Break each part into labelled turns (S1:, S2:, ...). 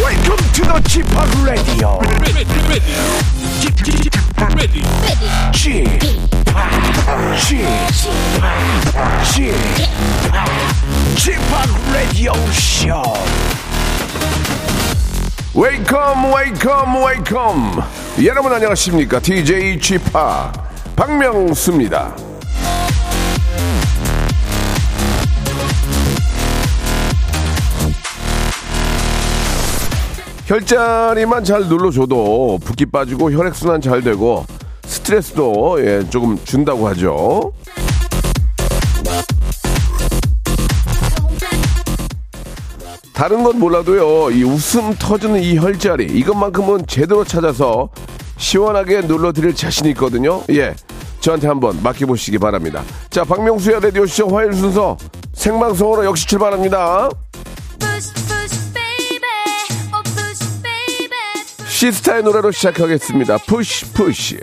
S1: welcome to the Chip Radio.
S2: ready, ready, ready, ready.
S1: Chip, Chip, Chip, Chip Radio Show. Welcome, welcome, welcome. 여러분 안녕하십니까? DJ Chip 박명수입니다. 혈자리만 잘 눌러줘도 붓기 빠지고 혈액순환 잘 되고 스트레스도 예, 조금 준다고 하죠. 다른 건 몰라도요, 이 웃음 터지는 이 혈자리, 이것만큼은 제대로 찾아서 시원하게 눌러드릴 자신 있거든요. 예. 저한테 한번 맡겨보시기 바랍니다. 자, 박명수의 라디오쇼 화요일 순서 생방송으로 역시 출발합니다. 시스타의 노래로 시작하겠습니다. 푸시 푸시.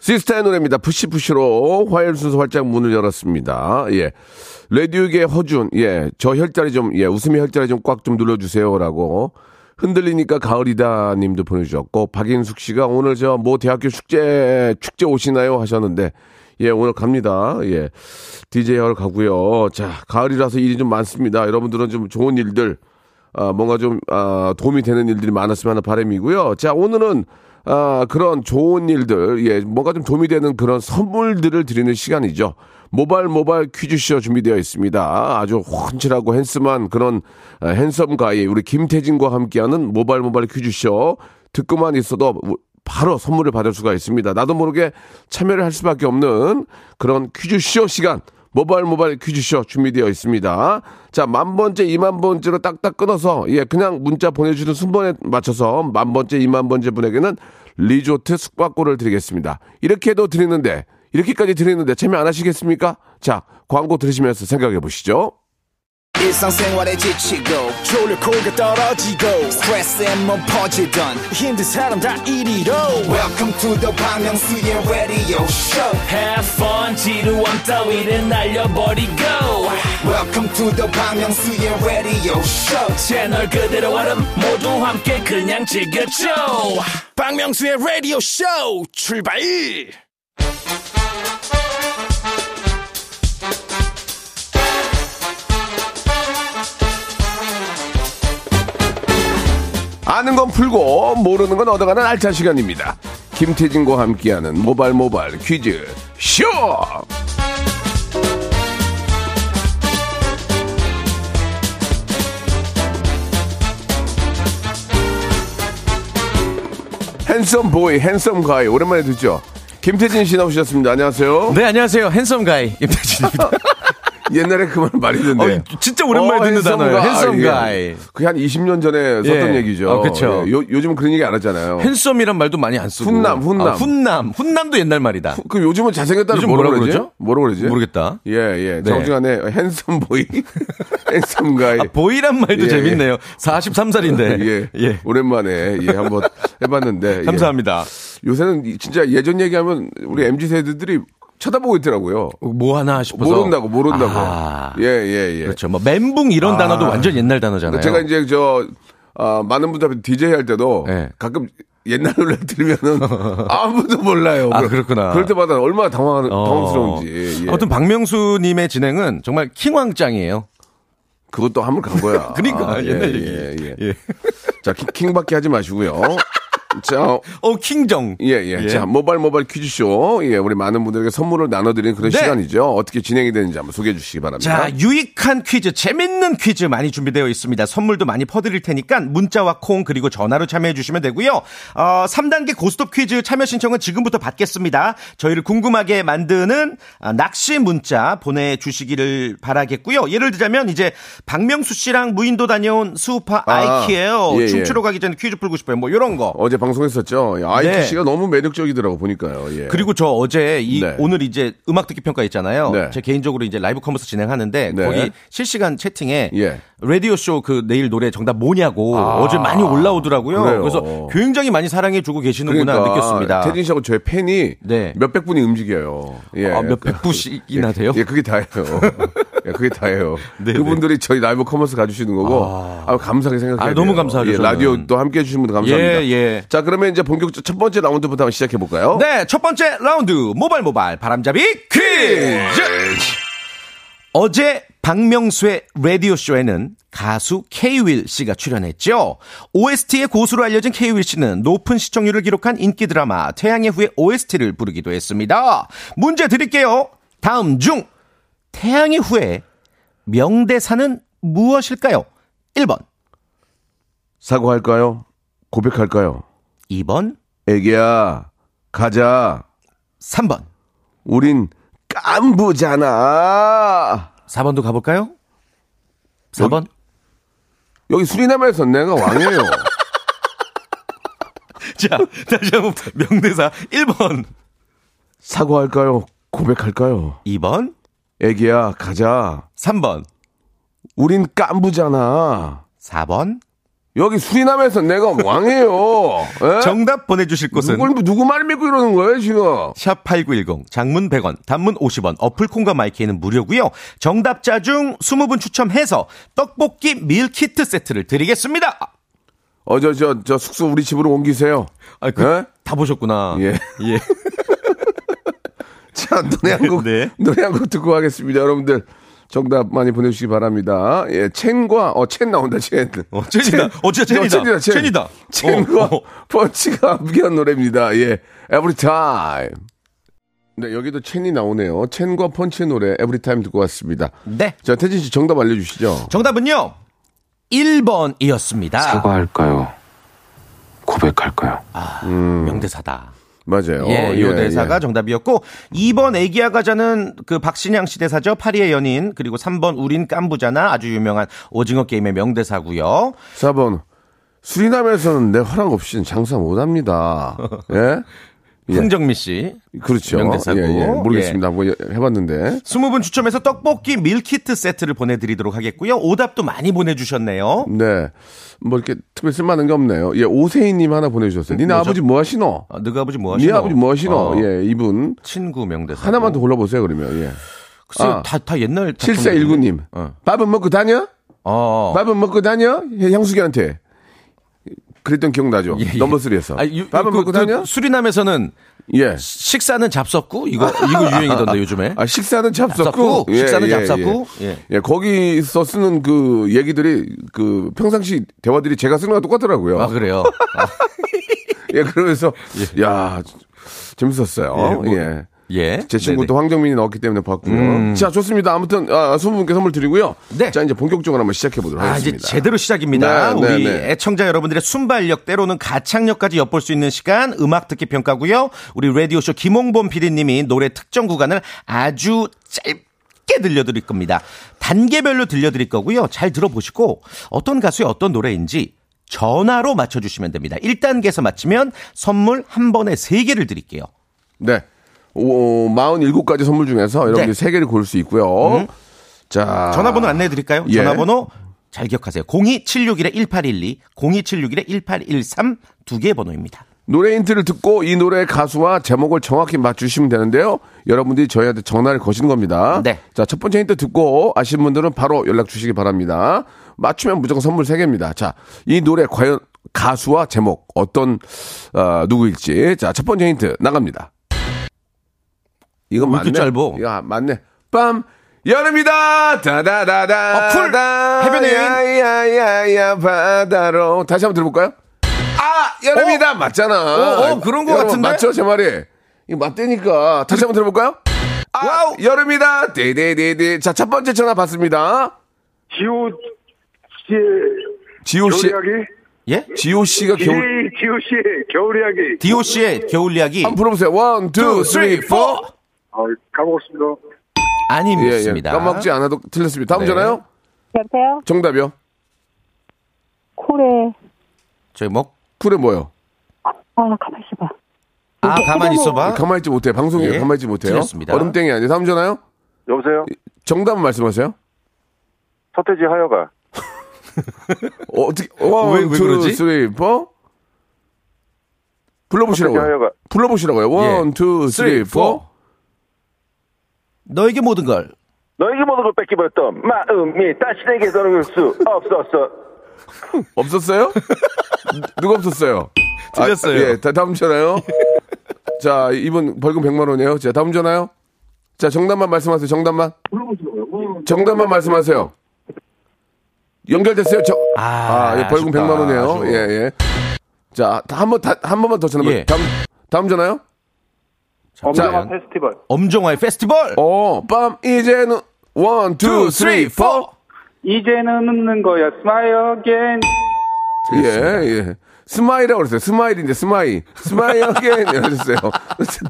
S1: 시스타의 노래입니다. 푸시푸시로 화요일 순서 활짝 문을 열었습니다. 예. 레디우의 허준, 예. 저 혈자리 좀, 예. 웃음의 혈자리 좀 꽉 좀 눌러주세요. 라고. 흔들리니까 가을이다 님도 보내주셨고, 박인숙 씨가 오늘 저 뭐 대학교 축제, 축제 오시나요? 하셨는데, 예, 오늘 갑니다. 예. DJ 열 가고요. 자, 가을이라서 일이 좀 많습니다. 여러분들은 좀 좋은 일들, 아, 뭔가 좀 아, 도움이 되는 일들이 많았으면 하는 바람이고요. 자 오늘은 아, 그런 좋은 일들, 예, 뭔가 좀 도움이 되는 그런 선물들을 드리는 시간이죠. 모발 모발 퀴즈쇼 준비되어 있습니다. 아주 훤칠하고 핸스만 그런 아, 핸섬 가이 우리 김태진과 함께하는 모발 모발 퀴즈쇼 듣고만 있어도 우- 바로 선물을 받을 수가 있습니다. 나도 모르게 참여를 할 수밖에 없는 그런 퀴즈쇼 시간. 모바일 모바일 퀴즈쇼 준비되어 있습니다. 자, 만 번째, 이만 번째로 딱딱 끊어서, 예, 그냥 문자 보내주는 순번에 맞춰서 만 번째, 이만 번째 분에게는 리조트 숙박권을 드리겠습니다. 이렇게도 드리는데, 이렇게까지 드리는데 참여 안 하시겠습니까? 자, 광고 들으시면서 생각해 보시죠.
S3: 일상생활에 지치고, 졸려 코가 떨어지고, 스트레스에 몸 퍼지던, 힘든 사람 다 이리로. welcome to the Bang Myung-soo's radio show
S4: Have fun 지루함 따위를 날려버리고
S3: welcome to the Bang Myung-soo's radio show
S4: 채널 그대로 와름 모두 함께 그냥 즐겨줘
S3: 박명수의 라디오 쇼 출발
S1: 아는 건 풀고 모르는 건 얻어가는 알찬 시간입니다. 김태진과 함께하는 모발 모발 퀴즈 쇼. 핸섬 보이, 핸섬 가이 오랜만에 듣죠. 김태진 씨 나오셨습니다. 안녕하세요.
S5: 네, 안녕하세요. 핸섬 가이 임태진입니다.
S1: 옛날에 그 말 많이 듣는데.
S5: 네. 어, 진짜 오랜만에 듣는
S1: 핸섬
S5: 단어예요.
S1: 가이.
S5: 핸섬 가이.
S1: 그게 한 20년 전에 썼던
S5: 예.
S1: 얘기죠.
S5: 아, 그쵸.
S1: 예, 요, 요즘 그런 얘기 안 하잖아요.
S5: 핸섬이란 말도 많이 안 쓰고.
S1: 훈남, 훈남.
S5: 아, 훈남. 훈남도 옛날 말이다.
S1: 그 요즘은 잘생겼다는
S5: 요즘
S1: 뭐라
S5: 뭐라
S1: 그러지?
S5: 그러죠?
S1: 뭐라 그러지?
S5: 모르겠다.
S1: 예, 예.
S5: 네.
S1: 정중간에 핸섬 보이, 핸섬 가이.
S5: 아, 보이란 말도
S1: 예,
S5: 재밌네요. 43살인데.
S1: 예. 오랜만에 예 한번 해봤는데 예.
S5: 감사합니다.
S1: 요새는 이- 진짜 예전 얘기하면 우리 mz 세대들이 쳐다보고 있더라고요.
S5: 뭐 하나 싶어서.
S1: 모른다고 모른다고.
S5: 아,
S1: 예, 예, 예.
S5: 그렇죠. 뭐 멘붕 이런 단어도 완전 옛날 단어잖아요.
S1: 제가 이제 저 아, 많은 분들 앞에 DJ 할 때도
S5: 예.
S1: 가끔 옛날 노래 들으면은 아무도 몰라요.
S5: 아,
S1: 그럴-
S5: 그렇구나.
S1: 그럴 때마다 얼마나 당황
S5: 어.
S1: 당황스러운지. 예.
S5: 아무튼 박명수님의 진행은 정말 킹왕짱이에요.
S1: 그것도 한물 간 거야.
S5: 그러니까
S1: 아, 예,
S5: 옛날 얘기.
S1: 예, 예.
S5: 예.
S1: 자, 킹, 킹밖에 하지 마시고요. 자,
S5: 어 킹정.
S1: 예, 예,
S5: 예.
S1: 자, 모발 모발 퀴즈쇼. 예, 우리 많은 분들에게 선물을 나눠드리는 그런
S5: 네.
S1: 시간이죠. 어떻게 진행이 되는지 한번 소개해 주시기 바랍니다.
S5: 자, 유익한 퀴즈, 재밌는 퀴즈 많이 준비되어 있습니다. 선물도 많이 퍼드릴 테니까 문자와 콩 그리고 전화로 참여해 주시면 되고요. 어, 3단계 고스톱 퀴즈 참여 신청은 지금부터 받겠습니다. 저희를 궁금하게 만드는 아, 낚시 문자 보내주시기를 바라겠고요. 예를 들자면 이제 박명수 씨랑 무인도 다녀온
S1: 아,
S5: 수우파 아이키예요.
S1: 예, 예.
S5: 춤추러 가기 전에 퀴즈 풀고 싶어요. 뭐 이런 거.
S1: 어제 방송했었죠. 아이키
S5: 네.
S1: 씨가 너무 매력적이더라고 보니까요. 예.
S5: 그리고 저 어제 이
S1: 네.
S5: 오늘 이제 음악 듣기 평가 있잖아요.
S1: 네.
S5: 제 개인적으로 이제 라이브 커머스 진행하는데
S1: 네.
S5: 거기 실시간 채팅에
S1: 예. 아.
S5: 라디오 쇼 그 내일 노래 정답 뭐냐고 어제 많이 올라오더라고요.
S1: 그래요. 그러니까
S5: 그래서 굉장히 많이 사랑해 주고 계시는구나 느꼈습니다.
S1: 태진 씨하고 저의 팬이
S5: 네.
S1: 몇백 분이 움직여요. 예.
S5: 아, 몇백 분씩이나 아, 돼요?
S1: 예, 그게 다예요. 예, 그게 다예요.
S5: 네,
S1: 그분들이 저희 라이브 커머스 가주시는 거고 아, 감사하게 생각해요.
S5: 아, 너무 감사하죠,
S1: 예,
S5: 저는.
S1: 라디오 또 함께 해주신 분들 감사합니다.
S5: 예, 예.
S1: 자 그러면 이제 본격 첫 번째 라운드부터 한번 시작해 볼까요?
S5: 네, 첫 번째 라운드 모발 모발 바람잡이 퀴즈. 어제 박명수의 라디오 쇼에는 가수 케이윌 씨가 출연했죠. OST의 고수로 알려진 케이윌 씨는 높은 시청률을 기록한 인기 드라마 태양의 후예 OST를 부르기도 했습니다. 문제 드릴게요. 다음 중 태양의 후예 명대사는 무엇일까요? 1번,
S1: 사과할까요? 고백할까요?
S5: 2번,
S1: 애기야 가자.
S5: 3번.
S1: 우린 깐부잖아.
S5: 4번도 가볼까요? 4번?
S1: 여기 수리남에서 내가 왕이에요.
S5: 자, 다시 한번 명대사 1번,
S1: 사과할까요? 고백할까요?
S5: 2번,
S1: 애기야 가자.
S5: 3번,
S1: 우린 깐부잖아.
S5: 4번.
S1: 여기 수리남에서 내가 왕이에요. 예?
S5: 정답 보내주실 곳은
S1: 누굴, 누구 말 믿고 이러는 거예요, 지금?
S5: 샵8910 장문 100원 단문 50원 어플 콩과 마이키에는 무료고요. 정답자 중 20분 추첨해서 떡볶이 밀키트 세트를 드리겠습니다.
S1: 어, 저, 저, 저 숙소 우리 집으로 옮기세요.
S5: 아,
S1: 예?
S5: 다 보셨구나.
S1: 예.
S5: 예.
S1: 자, 노래 한 곡,
S5: 네.
S1: 노래 한 곡 듣고 가겠습니다. 여러분들, 정답 많이 보내주시기 바랍니다. 예, 첸과, 어, 첸 나온다, 첸.
S5: 어, 첸이다. 어, 진짜 첸이다.
S1: 첸이다, 첸.
S5: 첸이다.
S1: 첸과
S5: 어, 어.
S1: 펀치가 함께한 노래입니다. 예, Every Time. 네, 여기도 첸이 나오네요. 첸과 펀치의 노래, Every Time 듣고 왔습니다.
S5: 네.
S1: 자, 태진 씨 정답 알려주시죠.
S5: 정답은요. 1번이었습니다.
S6: 사과할까요? 고백할까요?
S5: 명대사다.
S1: 맞아요.
S5: 예, 요
S1: 예,
S5: 대사가
S1: 예.
S5: 정답이었고 2번 애기야 가자는 그 박신양 씨 대사죠. 파리의 연인. 그리고 3번 우린 깐부잖아. 아주 유명한 오징어 게임의 명대사고요.
S1: 4번. 수리남에서는 내 허락 없이는 장사 못 합니다. 예? 예.
S5: 흥정미 씨.
S1: 그렇죠.
S5: 명대사고.
S1: 예, 예. 모르겠습니다. 한번 해봤는데.
S5: 20분 추첨해서 떡볶이 밀키트 세트를 보내 드리도록 하겠고요. 오답도 많이 보내 주셨네요.
S1: 네. 뭐 이렇게 특별히 쓸만한 게 없네요. 예, 오세희님 하나 보내주셨어요. 니네
S5: 뭐죠?
S1: 아버지 뭐 하시노?
S5: 너가 아버지 뭐 하시노?
S1: 니네 아버지 뭐 하시노?
S5: 어,
S1: 예, 이분.
S5: 친구 명대사.
S1: 하나만 더 골라보세요, 그러면. 예.
S5: 글쎄
S1: 아.
S5: 다, 다 옛날
S1: 7419님.
S5: 어.
S1: 밥은 먹고 다녀?
S5: 어.
S1: 밥은 먹고 다녀? 예, 향수기한테. 그랬던 기억나죠? 넘버쓰리에서.
S5: 아, 유-
S1: 밥은
S5: 그-
S1: 먹고
S5: 그
S1: 다녀?
S5: 수리남에서는
S1: 예.
S5: 식사는 잡섰고 이거 이거 유행이던데 요즘에.
S1: 아, 식사는 잡섰고.
S5: 잡섰고, 식사는
S1: 예, 예,
S5: 잡섰고,
S1: 예.
S5: 예.
S1: 예, 거기서 쓰는 그 얘기들이 그 평상시 대화들이 제가 쓰는 거랑 똑같더라고요.
S5: 아 그래요. 아,
S1: 예, 그러면서 야 재밌었어요. 예.
S5: 예.
S1: 제 친구
S5: 네네. 음.
S1: 또 황정민이 넣었기 때문에 봤고요. 자, 좋습니다. 아무튼 아, 20분께 선물 드리고요.
S5: 네.
S1: 자, 이제 본격적으로 한번 시작해 보도록
S5: 아, 이제
S1: 하겠습니다.
S5: 제대로 시작입니다.
S1: 네, 네,
S5: 우리
S1: 네.
S5: 애청자 여러분들의 순발력 때로는 가창력까지 엿볼 수 있는 시간 음악 듣기 평가고요. 우리 라디오쇼 김홍범 PD님이 노래 특정 구간을 아주 짧게 들려드릴 겁니다. 단계별로 들려드릴 거고요. 잘 들어보시고 어떤 가수의 어떤 노래인지 전화로 맞춰주시면 됩니다. 1단계에서 맞추면 선물 한 번에 3개를 드릴게요.
S1: 네. 오, 47가지 선물 중에서 여러분들이
S5: 네. 음.
S1: 세 3개를 고를 수 있고요. 자.
S5: 전화번호 안내해 드릴까요?
S1: 아. 예.
S5: 전화번호 잘 기억하세요. 02761-1812, 02761-1813 두 개의 번호입니다.
S1: 노래 힌트를 듣고 이 노래의 가수와 제목을 정확히 맞추시면 되는데요. 여러분들이 저희한테 전화를 거시는 겁니다.
S5: 네.
S1: 자, 첫 번째 힌트 듣고 아신 분들은 바로 연락 주시기 바랍니다. 맞추면 무조건 선물 3개입니다. 자, 이 노래 과연 가수와 제목 어떤 어, 누구일지. 자, 첫 번째 힌트 나갑니다. 이건
S5: 왜
S1: 맞네.
S5: 이렇게 짧아?
S1: 야, 맞네. 빰. 여름이다. 다다다다.
S5: 어, 쿨. 해변의 여인.
S1: 야야야야 바다로. 다시 한번 들어볼까요? 아, 여름이다. 맞잖아.
S5: 어, 어, 그런 것
S1: 여러분,
S5: 같은데?
S1: 맞죠, 제 말이? 이거 맞다니까. 다시 한번 들어볼까요? 아, 와우! 여름이다! 데데데데. 자, 첫 번째 전화 받습니다.
S7: 지호 씨의
S1: 지호 씨,
S7: 겨울
S5: 예?
S1: 지호 씨가
S7: 이야기?
S1: 겨울.
S7: 이 지호 씨의 겨울 이야기.
S5: 디오씨의 겨울 이야기
S1: 한번 불러보세요. 원, 투, 쓰리, 포!
S7: 아, 가보겠습니다.
S1: 예, 예.
S5: 아닙니다.
S1: 까먹지 않아도 틀렸습니다. 다음
S5: 네.
S1: 전화요?
S8: 여보세요?
S1: 정답이요.
S8: 코레.
S5: 저희 뭐?
S1: 쿨에 뭐요?
S8: 아, 가만히 있어봐.
S5: 아 가만
S1: 뭐,
S5: 있어봐.
S1: 가만히 있지 못해. 방송이에요.
S5: 예,
S1: 가만히 있지 못해요.
S5: 틀렸습니다.
S1: 얼음땡이 아니에요. 다음 전화요?
S7: 여보세요?
S1: 정답은 말씀하세요.
S7: 서태지 하여가.
S1: 어, 어떻게, 원,
S5: 왜- 왜
S1: 투,
S5: 그러지?
S1: 쓰리, 포?
S7: 서태지
S1: 불러보시라고요.
S7: 하여가.
S1: 불러보시라고요. 원,
S5: 예.
S1: 투, 쓰리,
S5: 쓰리, 포.
S1: 포.
S5: 너에게 모든 걸
S7: 너에게 모든 걸 뺏기버렸던 마음이 다시 내게 돌아올 수 없었어.
S1: 없었어요? 누가 없었어요?
S5: 틀렸어요.
S1: 아, 예, 다, 다음 전화요. 자, 이분 벌금 100만 원이에요. 자, 다음 전화요. 자, 정답만 말씀하세요. 정답만. 정답만 말씀하세요. 연결됐어요. 저, 아, 예, 벌금
S5: 아쉽다.
S1: 100만 원이에요.
S5: 아쉬워.
S1: 예, 예. 자, 다 한 번, 다, 한 번만 더 전화.
S5: 예.
S1: 다음, 다음 전화요.
S7: 엄정한 페스티벌.
S5: 엄정화의 페스티벌.
S1: 어, 빰, 이제는, 원, 투, 쓰리, 포.
S7: 이제는 웃는 거야, smile again.
S1: 예, 예. 스마일이라고 그랬어요. 스마일인데, 스마일. 스마일 어게인. 해주세요.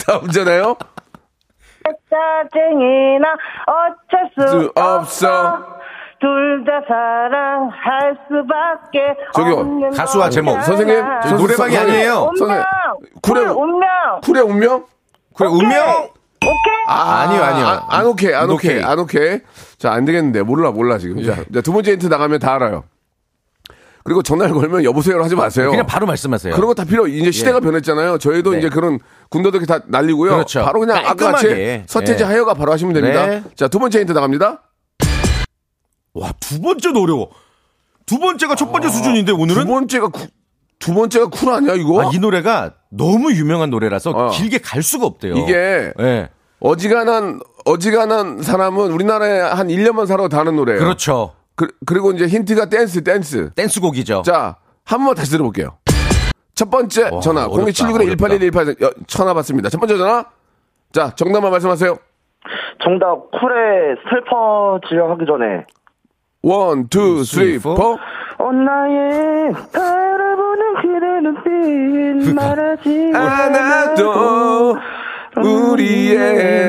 S1: 다음 전화요.
S8: 짜증이나 어쩔
S1: 수
S8: 수
S1: 없어.
S8: 없어. 둘 다 사랑할 수밖에
S1: 저기요,
S8: 없는
S5: 가수와 제목.
S1: 선생님,
S5: 저기 노래방이
S1: 선생님,
S5: 아니에요.
S1: 선생님,
S8: 운명.
S1: 쿨의,
S8: 쿨 운명.
S1: 쿨의 운명?
S5: 그래
S1: 어,
S5: 운명.
S8: 오케이.
S1: 아,
S5: 아니요, 아니요.
S1: 아, 안 오케이, 안
S5: 안
S1: 오케이,
S5: 오케이. 예.
S1: 안 오케이. 자, 안 되겠는데. 몰라, 몰라, 지금. 자, 자, 두 번째 힌트 나가면 다 알아요. 그리고 전화를 걸면 여보세요를 하지 마세요.
S5: 그냥 바로 말씀하세요. 예.
S1: 그런 거 다 필요. 이제 시대가 변했잖아요. 저희도
S5: 네.
S1: 이제 그런 군더더기 다 날리고요.
S5: 그렇죠.
S1: 바로 그냥 아까 같이
S5: 깔끔하게.
S1: 서태지
S5: 네.
S1: 하여가 바로 하시면 됩니다.
S5: 네.
S1: 자, 두 번째 힌트 나갑니다.
S5: 와 두 번째도 어려워. 두 번째가 첫 번째 수준인데 오늘은
S1: 아, 두 번째가 구- 두 번째가 쿨 아니야 이거?
S5: 아, 이 노래가 너무 유명한 노래라서
S1: 어.
S5: 길게 갈 수가 없대요.
S1: 이게
S5: 예.
S1: 어지간한 어지간한 사람은 우리나라에 한 1년만 살아도 다는 노래예요.
S5: 그렇죠.
S1: 그, 리고 이제 힌트가 댄스 댄스.
S5: 댄스곡이죠.
S1: 자, 한 번 다시 들어볼게요. 첫 번째
S5: 와,
S1: 전화
S5: 어렵다,
S1: 0279에 181 181 전화 받습니다. 첫 번째 전화. 자, 정답만 말씀하세요.
S9: 정답 쿨의 어, 슬퍼지려 하기 전에
S1: 원, 투, 쓰리,
S5: 쓰리, 포.
S1: 포.
S9: 어 나의 바라보는 그대 눈빛
S1: 그러니까.
S9: 말하지
S1: 아, 하나도 예. 우리의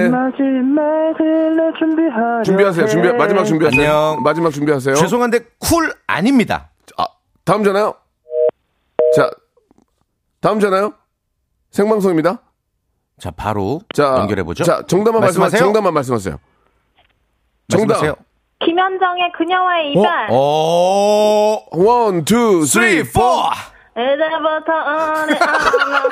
S5: 음,
S9: 마지막을 내 준비하려
S1: 준비하세요. 준비 마지막 준비하세요.
S5: 안녕.
S1: 마지막 준비하세요.
S5: 죄송한데 쿨 아닙니다.
S1: 아, 다음 전화요. 자, 다음 전화요. 생방송입니다.
S5: 자 바로
S1: 자,
S5: 연결해 보죠.
S1: 자, 정답만 말씀하세요.
S5: 말씀하세요.
S1: 정답만 말씀하세요. 정답.
S8: 김현정의 그녀와의 이별.
S1: 어?
S5: 어. 어.
S1: 원, 투, 쓰리,
S5: 쓰리 포.
S1: 포.
S8: 이제부터 오늘 아마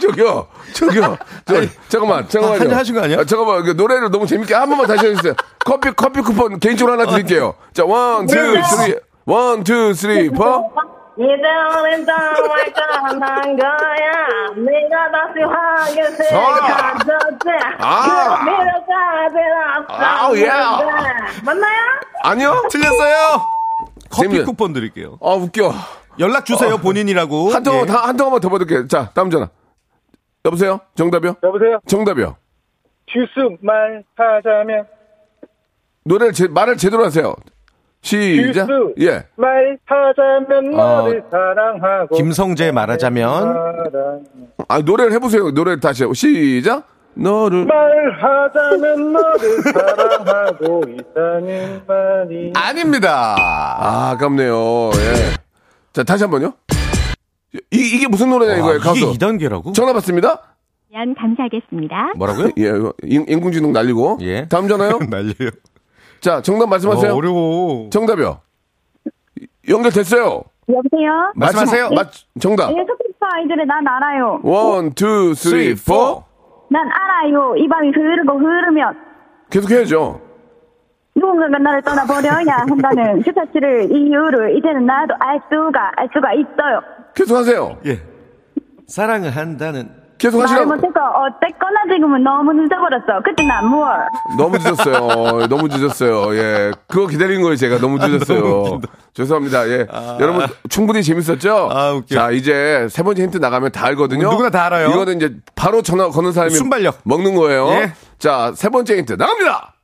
S1: 저기요, 저기요, 저, 잠깐만, 잠깐만요.
S5: 한잔 하신 거 아니야?
S1: 아, 잠깐만, 그 노래를 너무 재밌게 한 번만 다시 해주세요. 커피, 커피 쿠폰 개인적으로 하나 드릴게요. 자, 원, 투,
S7: 네.
S1: 쓰리, 원, 투, 쓰리, 포.
S8: 이제 우린 정말 떠난 거야. 네가 다시 하게 생각하지.
S1: 아.
S8: 그 미래까지는
S1: 아우, 예.
S8: 없었는데. 맞나요?
S1: 아니요?
S5: 틀렸어요. 커피
S1: 재밌는- 어.
S5: 쿠폰 드릴게요.
S1: 아, 웃겨.
S5: 연락 주세요 본인이라고.
S1: 한 통만,
S5: 예.
S1: 한 통만 더 받을게요. 자, 다음 전화. 여보세요? 정답이요?
S7: 여보세요?
S1: 정답이요.
S7: 주스 말하자면,
S1: 노래를 제, 말을 제대로 하세요. 시작.
S7: 듀스.
S1: 예. 아,
S7: 말하자면
S5: 어,
S7: 너를 사랑하고.
S5: 김성재 말하자면
S7: 사랑-
S1: 아 노래를 해보세요. 노래를 다시 해요. 시작. 너를
S7: 말하자면 너를 사랑하고 있다는 말이.
S5: 아닙니다.
S1: 아, 아깝네요. 예. 자 다시 한번요. 이 이게 무슨 노래냐 이거예요
S5: 와, 아, 이게
S1: 가수.
S5: 2 단계라고?
S1: 전화 받습니다.
S8: 연 감사하겠습니다.
S5: 뭐라고요?
S1: 예, 이거 인, 인공지능 날리고.
S5: 예.
S1: 다음 전화요.
S5: 난리예요.
S1: 자 정답 말씀하세요.
S5: 어, 어려워.
S1: 정답이요. 연결 됐어요.
S8: 여보세요?
S5: 말씀하세요.
S1: 정답.
S8: 예소피터 아이들의 난 알아요.
S1: 원, 투, 쓰리, 포.
S8: 난 알아요. 이 밤이 흐르고 흐르면
S1: 계속 해야죠.
S8: 누군가가 나를 떠나버려야 한다는 주사치를 그 이유를 이제는 나도 알 수가 알 수가 있어요.
S1: 계속 하세요.
S5: 예. 사랑을 한다는
S1: 계속
S8: 말을
S1: 뭐 하시라고.
S8: 못했고 그러니까 어쨌거나 지금은 너무 늦어버렸어. 그때 난 무얼.
S1: 너무 늦었어요. 너무 늦었어요. 예. 그거 기다린 거예요, 제가.
S5: 아,
S1: 너무 늦었어요. 죄송합니다. 예. 여러분, 충분히 재밌었죠?
S5: 아, 웃겨.
S1: 자, 이제 세 번째 힌트 나가면 다 알거든요.
S5: 누구나 다 알아요.
S1: 이거는 이제 바로 전화 거는 사람이
S5: 순발력.
S1: 먹는 거예요.
S5: 예.
S1: 자, 세 번째 힌트 나갑니다!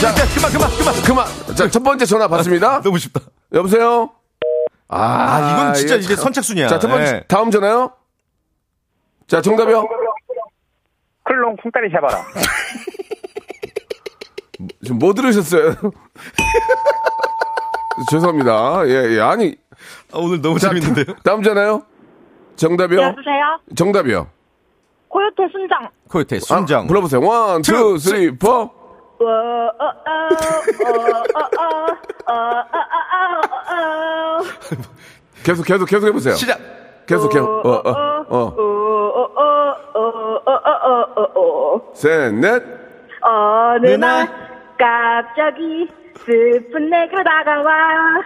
S5: 자, 그만 그만 그만.
S1: 그만! 자, 첫 번째 전화 받습니다.
S5: 너무 쉽다.
S1: 여보세요? 아,
S5: 아, 이건 진짜 이제
S1: 참.
S5: 선착순이야.
S1: 자, 첫 번째,
S5: 예.
S1: 다음 전화요? 자, 정답이요?
S9: 쿨롱 쿵따리 잡아라
S1: 지금 뭐 들으셨어요? 죄송합니다. 예, 예. 아니,
S5: 아, 오늘 너무
S1: 자,
S5: 재밌는데요.
S1: 다음 전화요? 정답이요?
S8: 여보세요?
S1: 정답이요.
S8: 코요태 순장.
S5: 코요태
S1: 아,
S5: 순정.
S1: 불러보세요. 원, 투,
S5: 투,
S1: 쓰리, 포.
S8: 어,
S1: 계속, 계속, 계속 해보세요.
S5: 시작.
S8: 어,
S1: 계속, 계속. 어, 어, 어. 셋, 넷.
S8: 어느
S5: 누나.
S8: 날 갑자기 슬픈 내가 다가와.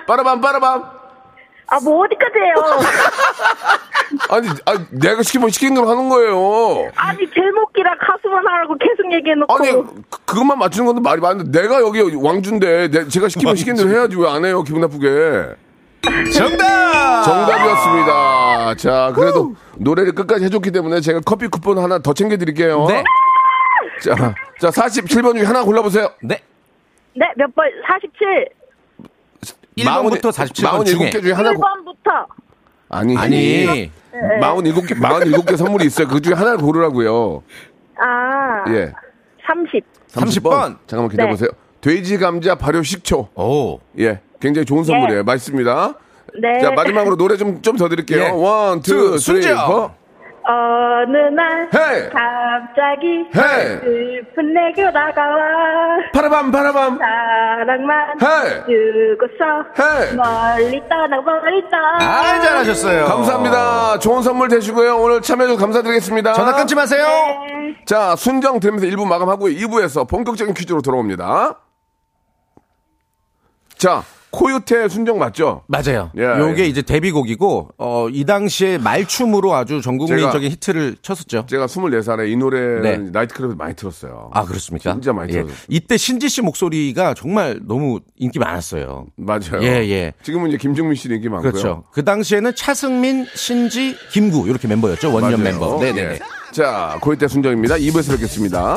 S1: 빠라밤, 빠라밤.
S8: 아, 뭐 어디까지 해요?
S1: 아니, 아니, 내가 시키면 시킨 걸 하는 거예요.
S8: 아니, 제목이랑 가수만 하라고 계속 얘기해놓고.
S1: 아니, 그- 그것만 맞추는 건데 말이 많은데, 내가 여기 왕주인데, 내- 제가 시키면 시킨 대로 해야지 왜 안 해요? 기분 나쁘게.
S5: 정답!
S1: 정답이었습니다. 자, 그래도 노래를 끝까지 해줬기 때문에 제가 커피 쿠폰 하나 더 챙겨드릴게요.
S5: 네.
S1: 자, 자, 47번 중에 하나 골라보세요.
S5: 네.
S8: 네, 몇 번? 47.
S5: 1번부터 47번 중에.
S1: 47개 중에 하나. 고-
S8: 1번부터.
S1: 아니,
S5: 아니.
S1: 47개, 47개 선물이 있어요. 그 중에 하나를 고르라고요.
S8: 아,
S1: 예.
S8: 30.
S5: 30번.
S1: 잠깐만 기다려보세요. 돼지 감자 발효 식초.
S5: 오.
S1: 예. 굉장히 좋은 선물이에요. 맛있습니다.
S8: 네.
S1: 자, 마지막으로 노래 좀, 좀 더 드릴게요.
S5: 예.
S1: 원, 투,
S5: 투,
S1: 쓰리,
S5: 순정.
S1: 포.
S8: 어느 날
S1: 헤이!
S8: 갑자기
S1: 헤이!
S8: 슬픈 내게 다가와
S1: 파라밤, 파라밤.
S8: 사랑만
S1: 헤이!
S8: 주고서
S1: 헤이!
S8: 멀리 떠나 멀리 떠나
S5: 아, 잘하셨어요.
S1: 감사합니다. 좋은 선물 되시고요. 오늘 참여해주셔서 감사드리겠습니다.
S5: 전화 끊지 마세요.
S1: 자, 순정 들으면서 1부 마감하고 2부에서 본격적인 퀴즈로 돌아옵니다. 자, 코요태 순정 맞죠?
S5: 맞아요.
S1: 예,
S5: 요게
S1: 예.
S5: 이제 데뷔곡이고 어, 이 당시에 말춤으로 아주 전국민적인 히트를 쳤었죠.
S1: 제가 24살에 이 노래는
S5: 네.
S1: 나이트클럽에서 많이 들었어요.
S5: 아 그렇습니까?
S1: 진짜 많이
S5: 예.
S1: 들었어요.
S5: 이때 신지 씨 목소리가 정말 너무 인기 많았어요.
S1: 맞아요.
S5: 예, 예.
S1: 지금은 이제 김종민 씨 인기 많고요.
S5: 그렇죠. 그 당시에는 차승민, 신지, 김구 이렇게 멤버였죠.
S1: 맞아요.
S5: 원년 멤버. 네, 네,
S1: 예.
S5: 네.
S1: 자, 코요태 순정입니다. 2부에서 뵙겠습니다.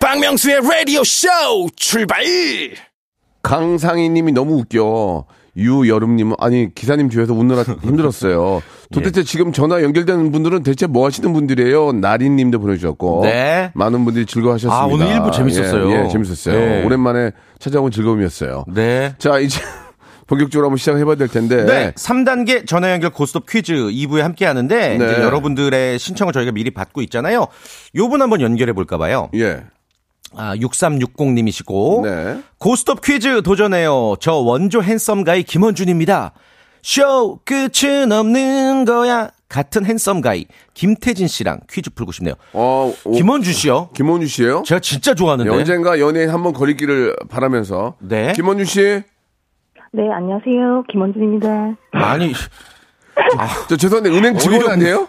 S4: 박명수의 라디오 쇼 출발
S1: 강상희 님이 너무 웃겨. 유여름 님은 아니 기사님 뒤에서 웃느라 힘들었어요.
S5: 예.
S1: 도대체 지금 전화 연결되는 분들은 대체 뭐 하시는 분들이에요? 나린 님도 보내주셨고
S5: 네.
S1: 많은 분들이 즐거워하셨습니다.
S5: 아, 오늘 일부 재밌었어요.
S1: 예, 예, 재밌었어요.
S5: 네.
S1: 오랜만에 찾아온 즐거움이었어요.
S5: 네.
S1: 자 이제 본격적으로 한번 시작해봐야 될 텐데
S5: 네. 3단계 전화 연결 고스톱 퀴즈 2부에 함께 하는데
S1: 네.
S5: 이제 여러분들의 신청을 저희가 미리 받고 있잖아요. 요분 한번 연결해 볼까 봐요.
S1: 예
S5: 아, 6360님이시고.
S1: 네.
S5: 고스톱 퀴즈 도전해요. 저 원조 핸섬 가이 김원준입니다. 쇼 끝은 없는 거야. 같은 핸섬 가이 김태진 씨랑 퀴즈 풀고 싶네요.
S1: 어, 오,
S5: 김원준 씨요?
S1: 김원주 씨예요?
S5: 제가 진짜
S1: 네,
S5: 좋아하는데.
S1: 언젠가 연예인 한번 거리기를 바라면서
S5: 네.
S1: 김원주 씨
S8: 네 안녕하세요 김원준입니다
S5: 아니,
S1: 저 죄송한데 은행 직원
S5: 어이없네.
S1: 아니에요?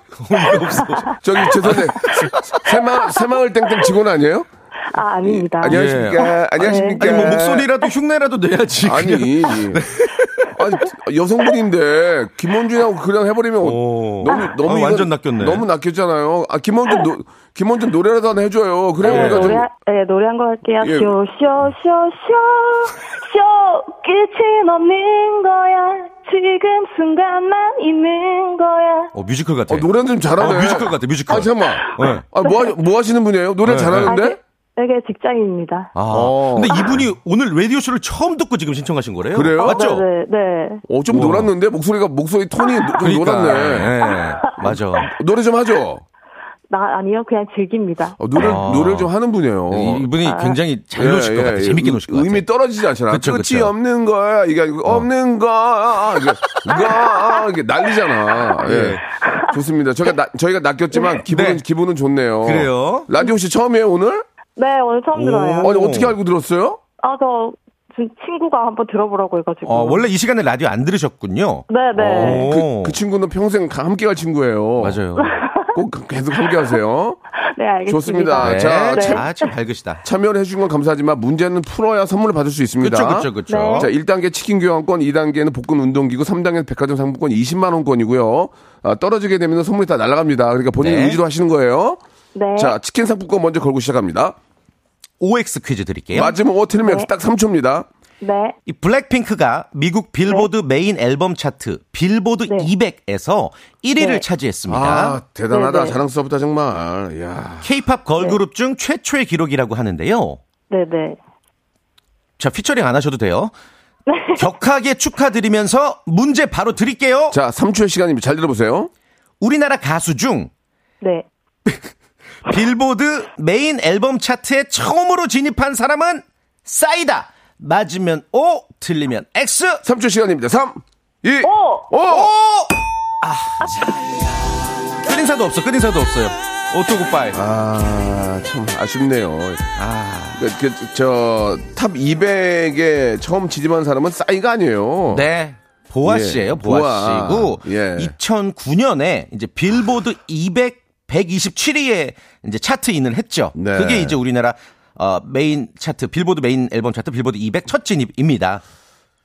S1: 저기 죄송한데 새마 새마을 땡땡 직원 아니에요?
S8: 아 아닙니다
S1: 안녕하십니까? 안녕하십니까?
S5: 아니 뭐 목소리라도 흉내라도 내야지. 그냥. 네.
S1: 아니, 아니, 여성분인데 김원준하고 그냥 해버리면 어-
S5: 오.
S1: 너무 너무
S5: 아,
S1: 이건
S5: 완전 낚였네.
S1: 너무 낚였잖아요. 아 김원준 노, 김원준 노래라도 하나 해줘요. 그래 예. 아, 우리가 좀
S8: 네, 노래 한 거 할게요.
S1: 예.
S8: 쇼, 쇼, 쇼, 쇼, 쇼, 끝은 없는 거야. 지금 순간만 있는 거야.
S5: 어, 뮤지컬 같아.
S1: 어, 노래 좀 잘하네.
S5: 어, 뮤지컬 같아, 뮤지컬.
S1: 아 잠깐만.
S5: 네.
S1: 아뭐 뭐 하시는 분이에요? 노래
S5: 네,
S1: 잘하는데?
S8: 네. 이게 직장인입니다.
S5: 아,
S1: 어.
S5: 근데 이분이 오늘 라디오 쇼를 처음 듣고 지금 신청하신 거래요?
S1: 그래요?
S5: 맞죠?
S8: 네, 네. 네.
S1: 어, 좀
S5: 우와.
S1: 놀았는데 목소리가 목소리 톤이 노- 좀
S5: 그러니까.
S1: 놀았네.
S5: 예, 맞아.
S1: 노래 좀 하죠.
S8: 나 아니요, 그냥 즐깁니다.
S1: 어, 노래
S5: 아.
S1: 노래 좀 하는 분이에요.
S5: 이- 이분이 굉장히 잘
S1: 어. 예,
S5: 노실 것
S1: 예,
S5: 같아.
S1: 예.
S5: 재밌게 노실 것 같아.
S1: 의미 떨어지지 않잖아.
S5: 그쵸,
S1: 끝이
S5: 그쵸. 어.
S1: 없는 거야. 이게 아니고 없는 거야. 이게, 거, 이게 난리잖아. 예.
S5: 예.
S1: 좋습니다. 저희가 나- 저희가 낚였지만 기분은
S5: 네.
S1: 기분은 좋네요.
S5: 그래요?
S1: 라디오 씨 처음이에요 오늘?
S8: 네, 오늘 처음
S5: 오.
S8: 들어요.
S1: 아니 어떻게 알고 들었어요?
S8: 아, 저, 지금 친구가 한번 들어보라고 해가지고.
S1: 아,
S5: 어, 원래 이 시간에 라디오 안 들으셨군요.
S8: 음. 네, 네.
S5: 오.
S1: 그, 그 친구는 평생 가- 함께 갈 친구예요.
S5: 맞아요.
S1: 꼭 계속 함께 하세요.
S8: 네, 알겠습니다.
S1: 좋습니다.
S5: 네.
S1: 아, 자,
S5: 네.
S1: 참-
S5: 아주 밝으시다.
S1: 참여를 해주신 건 감사하지만 문제는 풀어야 선물을 받을 수 있습니다.
S5: 그쵸, 그쵸, 그쵸.
S8: 네.
S1: 자, 1단계 치킨 교환권, 2단계는 복근 운동기구, 3단계는 백화점 상품권 20만 원권이고요. 아, 떨어지게 되면 선물이 다 날아갑니다. 그러니까 본인
S5: 네.
S1: 의지로 하시는 거예요.
S8: 네.
S1: 자, 치킨 상품권 먼저 걸고 시작합니다.
S5: OX 퀴즈 드릴게요.
S1: 맞으면 워틀맥스 딱 3초입니다.
S8: 네.
S5: 이 블랙핑크가 미국 빌보드 메인 앨범 차트 빌보드 200에서 1위를
S8: 네.
S5: 차지했습니다.
S1: 아, 대단하다.
S8: 네, 네.
S1: 자랑스럽다 정말. 야.
S5: 케이팝 걸그룹 중 최초의 기록이라고 하는데요.
S8: 네네.
S5: 자, 피처링 안 하셔도 돼요.
S8: 네.
S5: 격하게 축하드리면서 문제 바로 드릴게요.
S1: 자, 3초의 시간입니다. 잘 들어보세요.
S5: 우리나라 가수 중
S8: 네.
S5: 빌보드 메인 앨범 차트에 처음으로 진입한 사람은 싸이다. 맞으면 O, 틀리면 X.
S1: 3초 시간입니다. 3, 2, 5!
S8: 오!
S5: 오! 아, 참. 끈인사도 없어, 끈인사도 없어요. 오토 굿바이.
S1: 아, 참 아쉽네요. 아. 그, 그, 저, 탑 200에 처음 지지한 사람은 싸이가 아니에요.
S5: 네. 보아 씨예요.
S1: 예,
S5: 보아,
S1: 보아.
S5: 씨고
S1: 예.
S5: 2009년에 이제 빌보드 200 127위에 이제 차트인을 했죠.
S1: 네.
S5: 그게 이제 우리나라 어, 메인 차트 빌보드 메인 앨범 차트 빌보드 200 첫 진입입니다.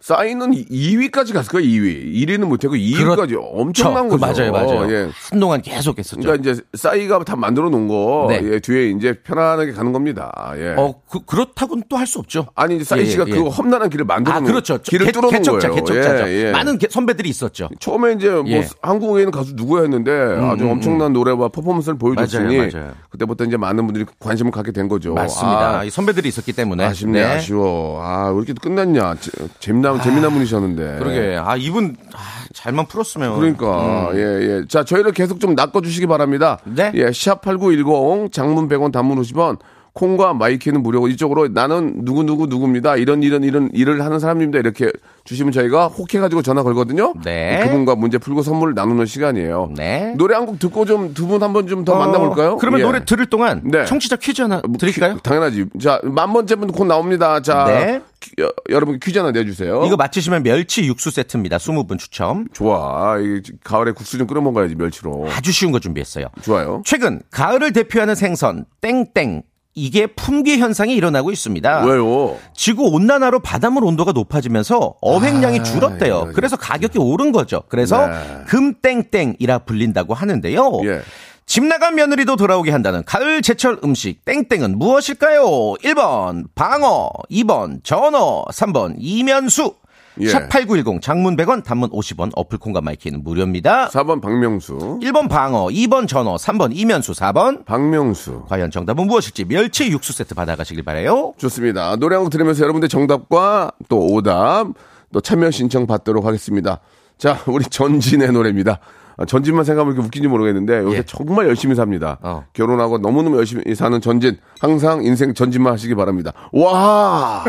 S1: 싸이는 2위까지 갔을 거예요, 2위. 1위는 못했고 2위까지 엄청난
S5: 그
S1: 거죠.
S5: 맞아요, 맞아요.
S1: 예.
S5: 한동안 계속 했었죠.
S1: 그러니까 이제 싸이가 다 만들어 놓은 거
S5: 네.
S1: 예, 뒤에 이제 편안하게 가는 겁니다. 예.
S5: 어, 그, 그렇다고는 또 할 수 없죠.
S1: 아니 이제 싸이
S5: 예,
S1: 씨가
S5: 예.
S1: 그 험난한 길을 만들어
S5: 아,
S1: 놓은
S5: 그렇죠.
S1: 길을
S5: 개,
S1: 뚫어 놓은
S5: 개척자,
S1: 거예요.
S5: 개척자죠.
S1: 예, 예.
S5: 많은 개- 선배들이 있었죠.
S1: 처음에 이제 뭐
S5: 예. 음,
S1: 스- 한국에 있는 가수 누구야 했는데 아주 엄청난 노래와 퍼포먼스를 보여줬으니
S5: 맞아요, 맞아요.
S1: 그때부터 이제 많은 분들이 관심을 갖게 된 거죠.
S5: 맞습니다.
S1: 아,
S5: 이 선배들이 있었기 때문에
S1: 아쉽네,
S5: 네. 아,
S1: 아쉬워. 아, 왜 이렇게 끝났냐. 재- 재미난, 재미난 분이셨는데.
S5: 그러게. 아, 이분 아, 잘만 풀었으면
S1: 그러니까 예 예. 자 저희를 계속 좀 낚아주시기 바랍니다.
S5: 음. 네.
S1: 예. 샵8910 장문 100원 단문 50원 콩과 마이키는 무료고 이쪽으로 나는 누구 누구 누구입니다. 이런 이런 이런 일을 하는 사람입니다. 이렇게 주시면 저희가 혹해가지고 전화 걸거든요.
S5: 네.
S1: 그분과 문제 풀고 선물을 나누는 시간이에요.
S5: 네.
S1: 노래 한 곡 듣고 좀 두 분 한 번 좀 더
S5: 어,
S1: 만나볼까요?
S5: 그러면
S1: 예.
S5: 노래 들을 동안
S1: 네.
S5: 청취자 퀴즈 하나
S1: 뭐,
S5: 드릴까요?
S1: 퀴- 당연하지. 자, 만 번째 분 곧 나옵니다. 자,
S5: 네.
S1: 퀴- 여, 여러분 퀴즈 하나 내주세요.
S5: 이거 맞히시면 멸치 육수 세트입니다. 20분 추첨.
S1: 좋아. 이 가을에 국수 좀 끓여 먹어야지 멸치로.
S5: 아주 쉬운 거 준비했어요.
S1: 좋아요.
S5: 최근 가을을 대표하는 생선 땡땡 이게 품귀 현상이 일어나고 있습니다.
S1: 왜요?
S5: 지구 온난화로 바닷물 온도가 높아지면서 어획량이 줄었대요.
S1: 이거, 이거.
S5: 그래서 가격이 오른 거죠. 그래서
S1: 예, 네.
S5: 금땡땡이라 불린다고 하는데요.
S1: 예.
S5: 집 나간 며느리도 돌아오게 한다는 가을 제철 음식 땡땡은 무엇일까요? 1번 방어, 2번 전어, 3번 이면수.
S1: 예.
S5: 샵8910 장문 100원 단문 50원 어플콘과 마이키는 무료입니다.
S1: 4번 박명수.
S5: 1번 방어, 2번 전어, 3번 이면수, 4번
S1: 박명수.
S5: 과연 정답은 무엇일지 멸치 육수 세트 받아가시길 바래요.
S1: 좋습니다. 노래 한 곡 들으면서 여러분들 정답과 또 오답, 또 참여 신청 받도록 하겠습니다. 자, 우리 전진의 노래입니다. 아, 전진만 생각하면 이렇게 웃긴지 모르겠는데 요새
S5: 예.
S1: 정말 열심히 삽니다.
S5: 어.
S1: 결혼하고 너무너무 열심히 사는 전진. 항상 인생 전진만 하시기 바랍니다. 와!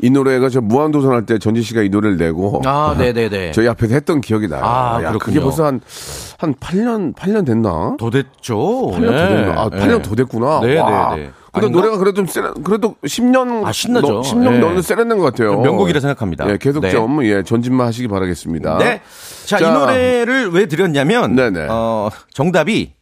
S1: 이 노래가 저 무한도전 할 때 전진 씨가 이 노래를 내고
S5: 아, 네네네.
S1: 저희 앞에서 했던 기억이 나요.
S5: 아,
S1: 야, 그게
S5: 그렇군요.
S1: 벌써 한, 한 8년, 8년 됐나?
S5: 더 됐죠. 예.
S1: 8년 더 됐나? 아, 8년 더 됐구나.
S5: 네,
S1: 와.
S5: 네, 네.
S1: 근데
S5: 아닌가?
S1: 노래가 그래도 좀 세련, 그래도 10년.
S5: 아, 신나죠.
S1: 넘- 10년
S5: 예.
S1: 넘는 세련된 것 같아요.
S5: 명곡이라 생각합니다.
S1: 예, 계속
S5: 네.
S1: 좀, 예, 전진만 하시기 바라겠습니다.
S5: 네. 자,
S1: 자.
S5: 이 노래를 왜 드렸냐면
S1: 네네.
S5: 어, 정답이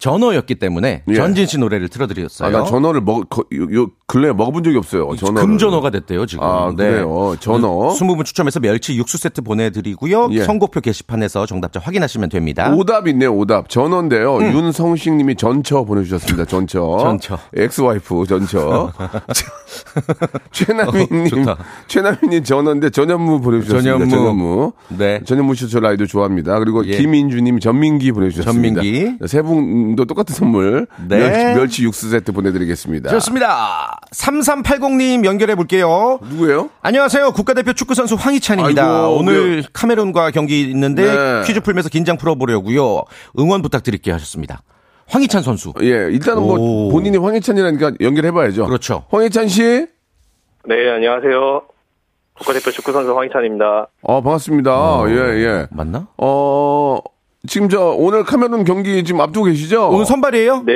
S5: 전어였기 때문에
S1: 예.
S5: 전진 씨 노래를
S1: 아,
S5: 틀어드렸어요.
S1: 나 전어를 먹, 거, 요, 요, 근래 먹어본 적이 없어요. 전어.
S5: 네. 금전어가 됐대요 지금.
S1: 아, 그래요. 전어.
S5: 20분 추첨해서 멸치 육수 세트 보내드리고요.
S1: 예.
S5: 선곡표 게시판에서 정답자 확인하시면 됩니다.
S1: 오답 있네요, 오답. 전어인데요. 윤성식 님이 전처 보내주셨습니다, 전처.
S5: 음. 전처.
S1: 엑스와이프 전처. 최남희 님,
S5: 어, 좋다.
S1: 최남희 님 전어인데 전현무 보내주셨습니다.
S5: 전현무.
S1: 전현무.
S5: 네.
S1: 전현무 씨 저 라이도 좋아합니다. 그리고
S5: 예.
S1: 김인주 님 전민기 보내주셨습니다.
S5: 전민기.
S1: 세 분도 똑같은 선물.
S5: 네.
S1: 멸치, 멸치 육수 세트 보내드리겠습니다.
S5: 좋습니다. 3380님 연결해 볼게요.
S1: 누구예요?
S5: 안녕하세요. 국가대표 축구선수 황희찬입니다.
S1: 아이고, 예.
S5: 오늘 카메룬과 경기 있는데
S1: 네.
S5: 퀴즈 풀면서 긴장 풀어보려고요. 응원 부탁드릴게요 하셨습니다. 황희찬 선수.
S1: 예, 일단은 뭐
S5: 오.
S1: 본인이 황해찬이라니까 연결해봐야죠.
S5: 그렇죠.
S1: 황해찬 씨?
S9: 네, 안녕하세요. 국가대표 축구선수 황희찬입니다.
S1: 어, 반갑습니다. 예, 예.
S5: 맞나?
S1: 어, 지금 저 오늘 카메룬 경기 지금 앞두고 계시죠?
S5: 오늘 선발이에요?
S9: 네.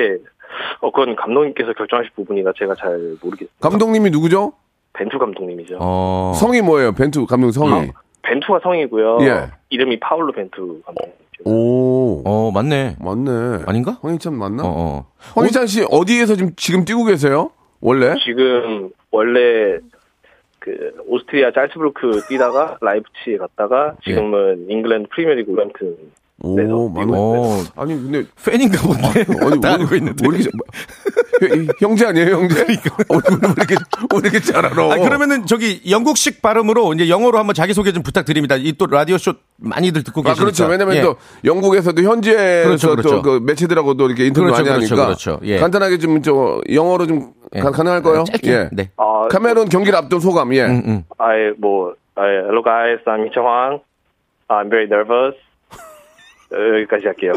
S9: 어, 그건 감독님께서 결정하실 부분이라 제가 잘 모르겠어요.
S1: 감독님이 누구죠?
S9: 벤투 감독님이죠.
S5: 어. 아?
S1: 성이 뭐예요? 벤투 감독 성이.
S9: 벤투가 성이고요.
S1: 예.
S9: 이름이 파울로 벤투 감독님이죠.
S1: 오.
S5: 어, 맞네.
S1: 맞네.
S5: 아닌가?
S1: 황희찬 맞나?
S5: 어, 어.
S1: 황희찬 씨 어디에서 지금 지금 뛰고 계세요? 원래?
S9: 지금 원래 그 오스트리아 짤츠부르크 뛰다가 라이프치에 갔다가
S1: 네.
S9: 지금은 잉글랜드 프리미어리그 울램튼
S1: 오,
S9: 네, 저 뛰고
S1: 맞네.
S5: 어,
S1: 아니 근데
S5: 팬인가 본데.
S1: 아니
S5: 다
S1: 왜,
S5: 알고 있는데. 그러니까.
S1: 왜 이렇게 자- 형제 아니에요, 형제? 얼굴을 왜 이렇게, 왜 이렇게 잘 알아?
S5: 아, 그러면은 저기 영국식 발음으로 이제 영어로 한번 자기소개 좀 부탁드립니다. 이 또 라디오 쇼 많이들 듣고
S1: 아,
S5: 계시니까.
S1: 그렇죠. 왜냐면
S5: 예.
S1: 또 영국에서도 현지에서
S5: 그렇죠, 그렇죠.
S1: 또그 매체들하고도 이렇게 인터뷰
S5: 그렇죠,
S1: 많이
S5: 그렇죠,
S1: 하니까
S5: 그렇죠. 예.
S1: 간단하게 좀 저 영어로 좀
S5: 예.
S1: 가, 능할까요
S5: 짧게.
S1: 예.
S5: 네.
S9: 아,
S1: 카메론 경기를 앞둔 소감. 예.
S5: 음,
S9: I 뭐 I, hello guys, I'm Min Hwang. I'm very nervous. 여기까지 할게요.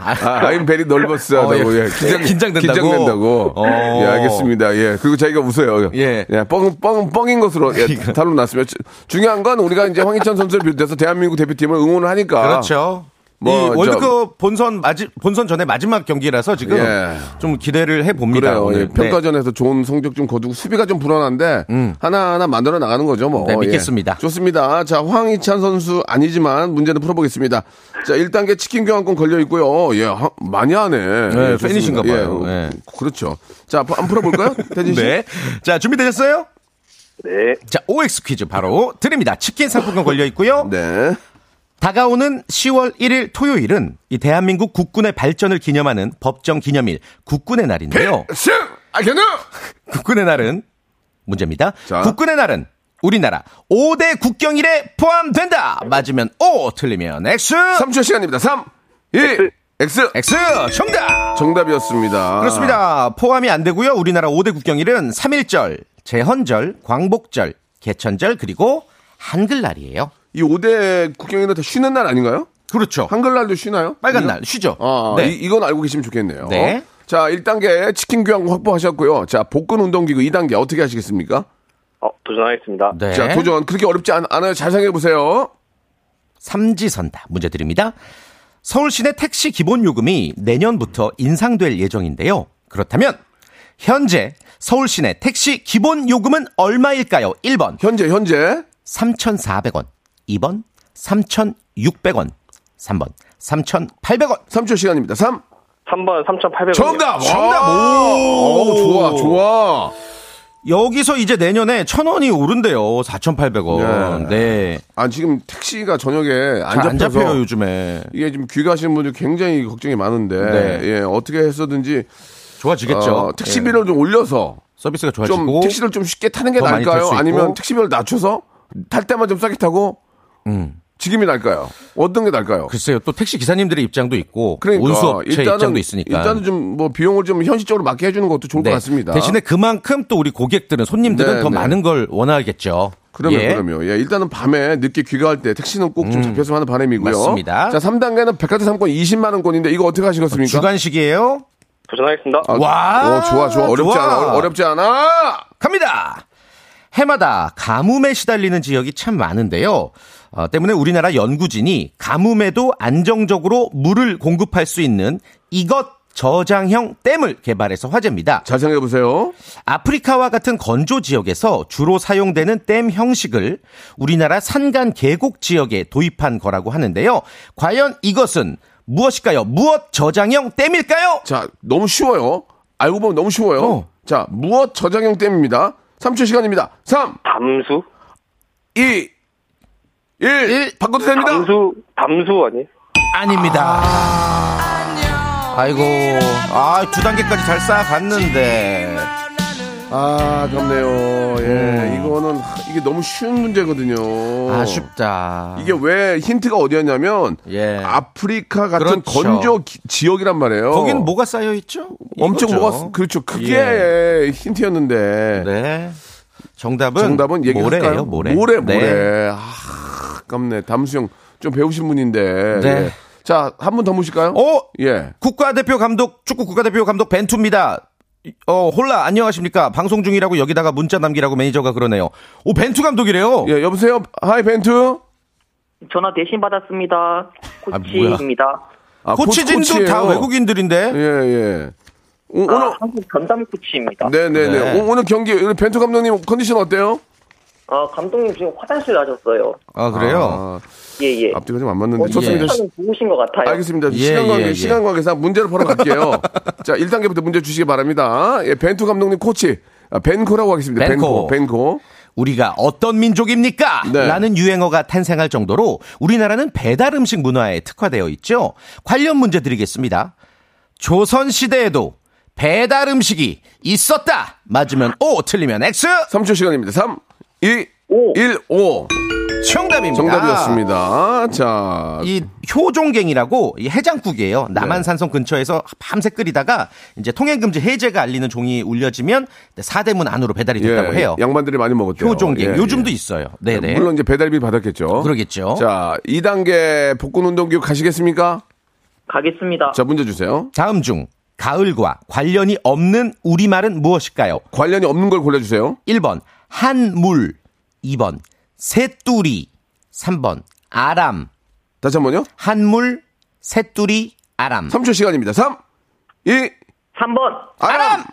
S1: 아, I'm very nervous 하다고.
S5: 어, 예.
S1: 예. 긴장,
S5: 긴장된다고?
S1: 긴장된다고.
S5: 어.
S1: 예, 알겠습니다. 예. 그리고 자기가 웃어요.
S5: 예.
S1: 뻥, 뻥, 뻥인 것으로 예, 탈로 났습니다. 주- 중요한 건 우리가 이제 황희찬 선수를 비롯해서 대한민국 대표팀을 응원을 하니까.
S5: 그렇죠.
S1: 뭐
S5: 이
S1: 저-
S5: 월드컵 본선 마지, 본선 전에 마지막 경기라서 지금
S1: 예.
S5: 좀 기대를 해 봅니다. 네.
S1: 그래요. 예, 평가전에서 좋은 성적 좀 거두고 수비가 좀 불안한데 하나하나 만들어 나가는 거죠, 뭐.
S5: 음. 네,
S1: 예.
S5: 믿겠습니다.
S1: 좋습니다. 자, 황희찬 선수 아니지만 문제는 풀어보겠습니다. 자, 1단계 치킨 교환권 걸려 있고요. 예, 하- 많이 하네. 예, 좋습니다.
S5: 팬이신가 봐요. 예.
S1: 그렇죠. 자, 한번 풀어볼까요? 태진 씨.
S5: 네. 자, 준비되셨어요?
S9: 네.
S5: 자, OX 퀴즈 바로 드립니다. 치킨 상품권 걸려 있고요.
S1: 네.
S5: 다가오는 10월 1일 토요일은 이 대한민국 국군의 발전을 기념하는 법정 기념일 국군의 날인데요.
S1: 승! 알겠나?
S5: 국군의 날은 문제입니다.
S1: 자.
S5: 국군의 날은 우리나라 5대 국경일에 포함된다. 맞으면 O, 틀리면 X.
S1: 3초 시간입니다. 3, 2, X.
S5: X 정답.
S1: 정답이었습니다. 아.
S5: 그렇습니다. 포함이 안 되고요. 우리나라 5대 국경일은 3일절, 제헌절, 광복절, 개천절 그리고 한글날이에요.
S1: 이 5대 국경이나 다 쉬는 날 아닌가요?
S5: 그렇죠.
S1: 한글날도 쉬나요?
S5: 빨간 날 쉬죠.
S1: 아,
S5: 네.
S1: 이, 건 알고 계시면 좋겠네요.
S5: 네.
S1: 자, 1단계 치킨 교환 확보하셨고요. 자, 복근 운동기구 2단계 어떻게 하시겠습니까?
S9: 어, 도전하겠습니다.
S5: 네.
S1: 자, 도전. 그렇게 어렵지 않, 아요잘 생각해보세요.
S5: 삼지선다 문제 드립니다. 서울 시내 택시 기본 요금이 내년부터 인상될 예정인데요. 그렇다면 현재 서울 시내 택시 기본 요금은 얼마일까요? 1번
S1: 현재, 현재.
S5: 3,400원, 2번 3,600원, 3번 3,800원.
S1: 3초 시간입니다. 3.
S9: 3번 3,800원.
S1: 정답!
S5: 정답!
S1: 오!
S5: 오!
S1: 좋아, 좋아.
S5: 여기서 이제 내년에 1,000원이 오른대요. 4,800원. 네.
S1: 아, 지금 택시가 저녁에 안
S5: 잘
S1: 잡혀서.
S5: 안 잡혀요, 요즘에.
S1: 이게 지금 귀가하시는 분들 굉장히 걱정이 많은데.
S5: 네.
S1: 예, 어떻게 해서든지.
S5: 좋아지겠죠. 네.
S1: 어, 택시비를 좀 올려서.
S5: 서비스가
S1: 좀
S5: 좋아지고
S1: 택시를 좀 쉽게 타는 게
S5: 더 많이 탈
S1: 나을까요?
S5: 수 있고.
S1: 아니면 택시비를 낮춰서 탈 때만 좀 싸게 타고 지금이 나을까요? 어떤 게 나을까요?
S5: 음. 글쎄요. 또 택시 기사님들의 입장도 있고
S1: 그러니까
S5: 운수업체 입장도 있으니까. 네.
S1: 일단은 좀 뭐 비용을 좀 현실적으로 맞게 해주는 것도 좋을 것 같습니다.
S5: 대신에 그만큼 또 우리 고객들은 손님들은
S1: 네,
S5: 더
S1: 네.
S5: 많은 걸 원하겠죠.
S1: 그러면
S5: 예. 음.
S1: 그러면 예 일단은 밤에 늦게 귀가할 때 택시는 꼭 좀 잡혔으면 하는 바람이고요.
S5: 맞습니다.
S1: 자 3단계는 백화점 상권 20만 원권인데 이거 어떻게 하시겠습니까?
S5: 아, 주간식이에요.
S9: 도전하겠습니다.
S1: 아,
S5: 와,
S1: 어, 좋아 좋아 어렵지
S5: 좋아.
S1: 않아 어- 어렵지 않아.
S5: 갑니다. 해마다 가뭄에 시달리는 지역이 참 많은데요. 어, 때문에 우리나라 연구진이 가뭄에도 안정적으로 물을 공급할 수 있는 이것 저장형 댐을 개발해서 화제입니다.
S1: 잘 생각해 보세요.
S5: 아프리카와 같은 건조 지역에서 주로 사용되는 댐 형식을 우리나라 산간 계곡 지역에 도입한 거라고 하는데요. 과연 이것은 무엇일까요? 무엇 저장형 댐일까요?
S1: 자 너무 쉬워요. 알고 보면 너무 쉬워요.
S5: 어.
S1: 자 무엇 저장형 댐입니다. 3초 시간입니다. 3
S9: 담수?
S1: 2, 1. 바꿔도 됩니다.
S5: 아,
S9: 담수, 담수 아니에요?
S5: 아닙니다. 아이고, 아, 두 단계까지 잘 쌓아갔는데.
S1: 아, 아깝네요. 예, 이거는, 하, 이게 너무 쉬운 문제거든요.
S5: 어. 아, 아쉽다.
S1: 이게 왜 힌트가 어디였냐면,
S5: 예.
S1: 아프리카 같은
S5: 그렇죠.
S1: 건조 기- 지역이란 말이에요.
S5: 거기는 뭐가 쌓여있죠?
S1: 엄청
S5: 이거죠. 예.
S1: 뭐가, 그렇죠. 그게 힌트였는데.
S5: 네. 정답은,
S1: 그 정답은 얘기할까요?
S5: 모래예요, 모래.
S1: 모래, 모래.
S5: 네.
S1: 아, 아깝네. 담수형 좀 배우신 분인데.
S5: 네.
S1: 예. 자, 한 분 더 모실까요?
S5: 어?
S1: 예.
S5: 국가대표 감독 축구 국가대표 감독 벤투입니다. 어 홀라 안녕하십니까 방송 중이라고 여기다가 문자 남기라고 매니저가 그러네요. 오 벤투 감독이래요.
S1: 예, 여보세요? 하이, 벤투?
S10: 전화 대신 받았습니다.
S5: 뭐야.
S10: 코치입니다.
S1: 아,
S5: 코치진도
S1: 코치예요.
S5: 다 외국인들인데
S1: 예, 예. 오,
S10: 아,
S1: 오늘,
S10: 한국 전담 코치입니다.
S1: 네네네.
S5: 네.
S1: 오, 오늘 경기, 오늘 벤투 감독님 컨디션 어때요?
S10: 아, 감독님 지금 화장실 가셨어요.
S5: 아
S1: 아,
S5: 그래요.
S10: 예, 예.
S1: 앞뒤가 좀 안 맞는데.
S10: 어,
S1: 좋습니다.
S10: 시간은 좋으신 것 같아요.
S1: 알겠습니다.
S5: 예,
S1: 시간 관계,
S5: 예, 예.
S1: 시간 관계상 문제를 바로 갈게요. 자, 1단계부터 문제 주시기 바랍니다. 예, 벤투 감독님 코치. 아, 벤코라고 하겠습니다. 벤코.
S5: 벤코.
S1: 벤코.
S5: 우리가 어떤 민족입니까?
S1: 네.
S5: 라는 유행어가 탄생할 정도로 우리나라는 배달 음식 문화에 특화되어 있죠. 관련 문제 드리겠습니다. 조선 시대에도 배달 음식이 있었다. 맞으면 O, 틀리면 X.
S1: 3초 시간입니다. 3, 2, 5. 1, 5.
S5: 정답입니다.
S1: 정답이었습니다. 자,
S5: 이 효종갱이라고 이 해장국이에요.
S1: 네.
S5: 남한산성 근처에서 밤새 끓이다가 이제 통행금지 해제가 알리는 종이 울려지면 사대문 안으로 배달이 됐다고 해요.
S1: 예. 양반들이 많이 먹었대요.
S5: 효종갱
S1: 예,
S5: 요즘도
S1: 예.
S5: 있어요. 네네.
S1: 물론 이제 배달비 받았겠죠.
S5: 그러겠죠.
S1: 자, 2단계 복근 운동 교육 가시겠습니까?
S10: 가겠습니다.
S1: 자, 문제 주세요.
S5: 다음 중 가을과 관련이 없는 우리말은 무엇일까요?
S1: 관련이 없는 걸 골라 주세요.
S5: 1번 한물, 2번 새뚜리, 3번 아람.
S1: 다시 한 번요.
S5: 한물, 새뚜리, 아람.
S1: 3초 시간입니다. 3, 2,
S10: 3번
S1: 아람!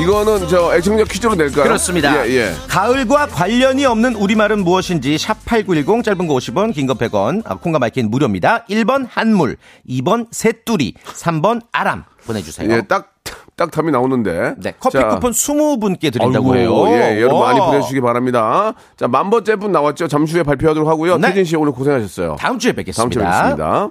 S1: 이거는 저 애청자 퀴즈로 낼까요?
S5: 그렇습니다.
S1: 예, 예.
S5: 가을과 관련이 없는 우리말은 무엇인지 샵8910 짧은 거 50원, 긴 거 100원, 아, 콩과 마이킹 무료입니다. 1번 한물, 2번 새뚜리, 3번 아람 보내주세요.
S1: 예, 딱, 딱 답이 나오는데.
S5: 네, 커피
S1: 자,
S5: 쿠폰 20분께 드린다고
S1: 아이고,
S5: 해요.
S1: 예, 여러분 많이
S5: 와.
S1: 보내주시기 바랍니다. 자, 만 번째 분 나왔죠? 잠시 후에 발표하도록 하고요.
S5: 네.
S1: 태진 씨 오늘 고생하셨어요.
S5: 다음 주에
S1: 다음 주에 뵙겠습니다.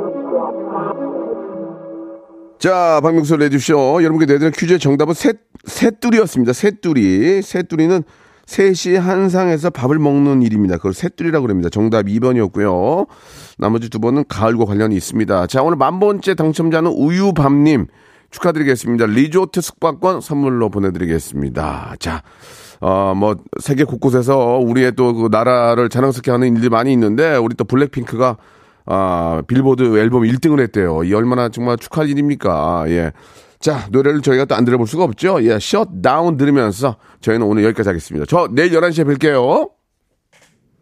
S1: 자, 박명수 레디쇼. 여러분께 내드린 퀴즈의 정답은 새, 새뚜리였습니다. 새뚜리. 새뚜리는 3시 한상에서 밥을 먹는 일입니다. 그걸 새뚜리라고 그럽니다. 정답 2번이었고요. 나머지 두 번은 가을과 관련이 있습니다. 자, 오늘 만 번째 당첨자는 우유밤님. 축하드리겠습니다. 리조트 숙박권 선물로 보내드리겠습니다. 자, 어, 뭐, 세계 곳곳에서 우리의 또 그 나라를 자랑스럽게 하는 일들이 많이 있는데, 우리 또 블랙핑크가 아, 빌보드 앨범 1등을 했대요. 이 얼마나 정말 축하할 일입니까? 예. 자, 노래를 저희가 또 안 들어볼 수가 없죠. 예, 셧 다운 들으면서 저희는 오늘 여기까지 하겠습니다. 저 내일 11시에 뵐게요.